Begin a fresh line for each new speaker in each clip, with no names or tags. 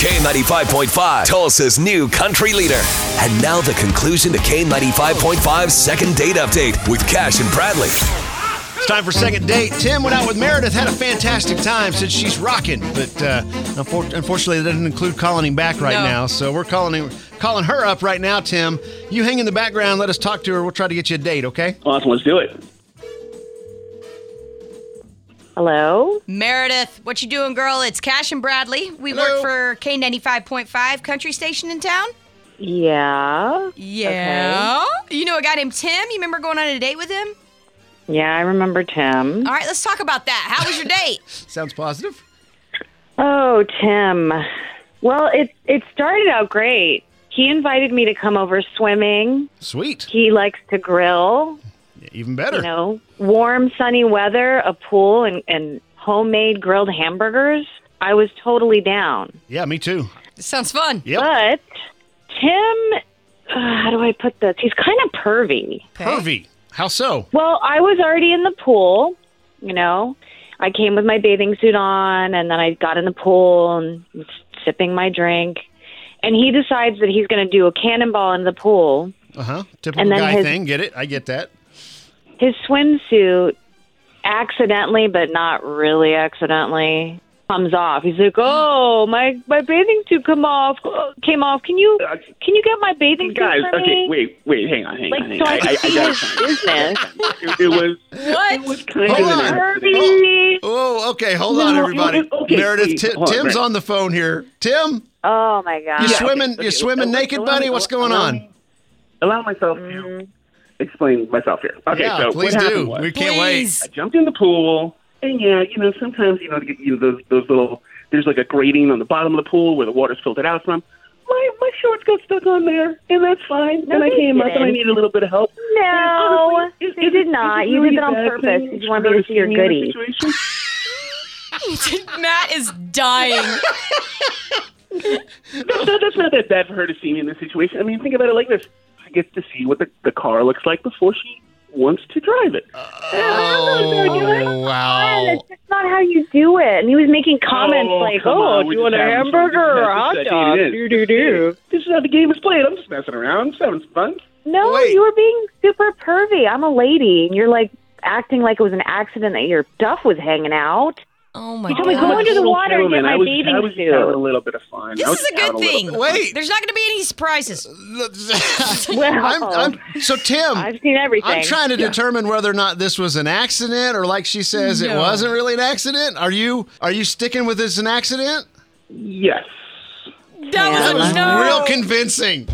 K95.5, Tulsa's new country leader. And now the conclusion to K95.5's second date update with Cash and Bradley.
It's time for second date. Tim went out with Meredith, had a fantastic time, said she's rocking, but uh, unfor- unfortunately that doesn't include calling him back right
No.
now. So we're calling him, calling her up right now. Tim, you hang in the background. Let us talk to her. We'll try to get you a date. Okay?
Awesome. Let's do it.
Hello.
Meredith, what you doing, girl? It's Cash and Bradley. We
Hello.
work for K95.5 Country Station in town.
Yeah.
Yeah. You know a guy named Tim? You remember going on a date with him?
Yeah, I remember Tim.
All right, let's talk about that. How was your date?
Sounds positive.
Oh, Tim. Well, it it started out great. He invited me to come over swimming.
Sweet.
He likes to grill,
Even better.
you know, warm, sunny weather, a pool, and, and homemade grilled hamburgers. I was totally down.
Yeah, me too.
This sounds fun.
Yep.
But Tim, uh, how do I put this? He's kind of pervy.
Pervy. How so?
Well, I was already in the pool, you know. I came with my bathing suit on and then I got in the pool and was sipping my drink. And he decides that he's going to do a cannonball in the pool.
Uh huh. Typical
And then
guy
his-
thing. Get it? I get that.
His swimsuit accidentally, but not really accidentally, comes off. He's like, "Oh, my my bathing suit come off. Came off. Can you can you get my bathing
Guys,
suit for
okay,
me?"
wait, wait, hang on, hang
Like,
on. Hang
so
on.
I can see
gotta-
his business.
It, it was
What?
kind
Hold
of an
on.
accident.
Pervy.
Oh, okay. Hold on, everybody.
you- okay,
Meredith,
wait,
Ti-
hold on,
Tim's
Brad.
on the phone here. Tim,
Oh my god.
you swimming?
okay,
you swimming
okay,
naked,
allow me-
buddy? What's going
allow
on?
me- Allow myself to
Mm-hmm.
explain myself here. Okay,
yeah,
so
please
what happened
do.
was-
We can't wait.
I jumped in the pool, and yeah, you know, sometimes you know, you you know those those little there's like a grating on the bottom of the pool where the water's filtered out from. My my shorts got stuck on there, and that's fine.
No,
and I
they
came up and I
didn't.
needed a little bit of help.
No,
Honestly, it-
you
it-
did
it-
not.
it's
You
really
did that on
bad
purpose.
thing.
You wanted me to see your
It's really a
goodies.
situation.
Matt is dying.
That's not, that's not that bad for her to see me in this situation. I mean, think about it like this: she gets to see what the, the car looks like before she wants to drive it.
Uh.
Oh, wow.
That's not how you do it. And he was making comments like,
come
"Oh,
on,
do
we're
you want a
just having fun.
hamburger
This is
or a
how-
hot
this is how
dog?"
dating is.
Do do do.
This is how the game is played. I'm just messing around. I'm just having some fun.
No,
Wait.
you were being super pervy. I'm a lady, and you're like acting like it was an accident that your duff was hanging out.
Oh my
You told me
god.
go into the
Little
water and get
gentleman,
my
I was,
bathing
I was just
suit.
having a little bit of fun. I
This
was
is a
just having
good
little
thing.
bit of fun.
Wait.
There's not going to be any surprises.
Well,
I'm, I'm, so, Tim,
I've seen everything.
I'm trying to determine whether or not this was an accident or, like she says, it
No.
wasn't really an accident. Are you are you sticking with this an accident?
Yes.
That was a no.
Real convincing.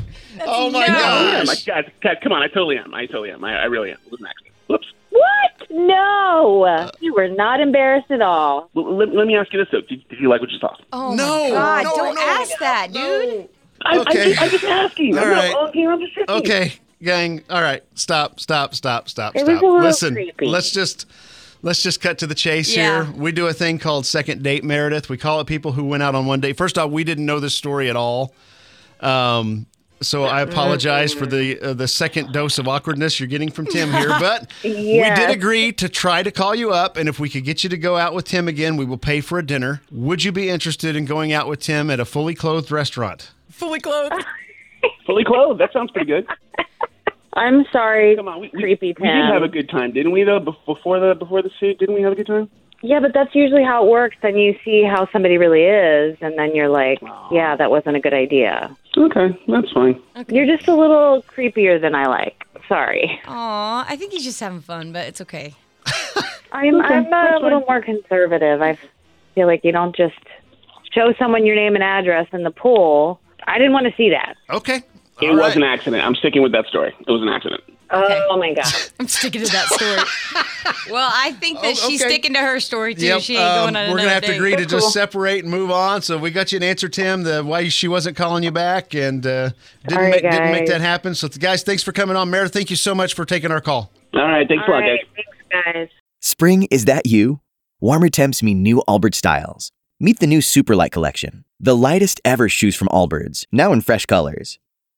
oh my
no.
Yeah, my
gosh.
God, God, come on! I totally am. I totally am. I, I really am. It was an accident. Whoops.
What? No,
Uh,
you were not embarrassed at all.
Well, let, let me ask you this though: Did, did you like what you saw?
Oh
No,
my god.
no,
Don't
no,
ask that,
no.
dude.
I,
Okay.
I, oh, I'm just asking.
All
I'm
right.
not asking. I'm just asking.
Okay, gang. All right, stop, stop, stop, stop,
It was
stop.
a little
Listen,
creepy.
let's just let's just cut to the chase
Yeah.
here. We do a thing called second date Meredith. We call it people who went out on one date. First off, we didn't know this story at all. Um, so I apologize for the uh, the second dose of awkwardness you're getting from Tim here, but we did
Yes.
agree to try to call you up, and if we could get you to go out with Tim again, we will pay for a dinner. Would you be interested in going out with Tim at a fully clothed restaurant?
Fully clothed.
Fully clothed. That sounds pretty good.
I'm sorry,
Come on, we, we-
creepy
We did
Tim.
have a good time, didn't we? Though bef- before the before the suit, didn't we have a good time?
Yeah, but that's usually how it works. Then you see how somebody really is, and then you're like, yeah, that wasn't a good idea.
Okay, that's fine.
You're just a little creepier than I like. Sorry.
Aw, I think he's just having fun, but it's okay.
I'm, I'm uh, a little more conservative. I feel like you don't just show someone your name and address in the pool. I didn't want to see that.
Okay.
It
All
was
right.
an accident. I'm sticking with that story. It was an accident.
Oh my god.
I'm sticking to that story.
Well, I think that
Oh,
she's
okay.
sticking to her story too.
Yep,
she ain't
um,
going on
we're
another
gonna have to
date.
agree to just separate and move on. So we got you an answer, Tim. The why she wasn't calling you back and uh, didn't
All right,
make, didn't make
guys.
that happen. So guys, thanks for coming on. Meredith, thank you so much for taking our call.
All right, thanks a
All
lot, guys.
right, thanks, guys.
Spring, is that you? Warmer temps mean new Allbirds styles. Meet the new Superlight Collection, the lightest ever shoes from Allbirds, now in fresh colors.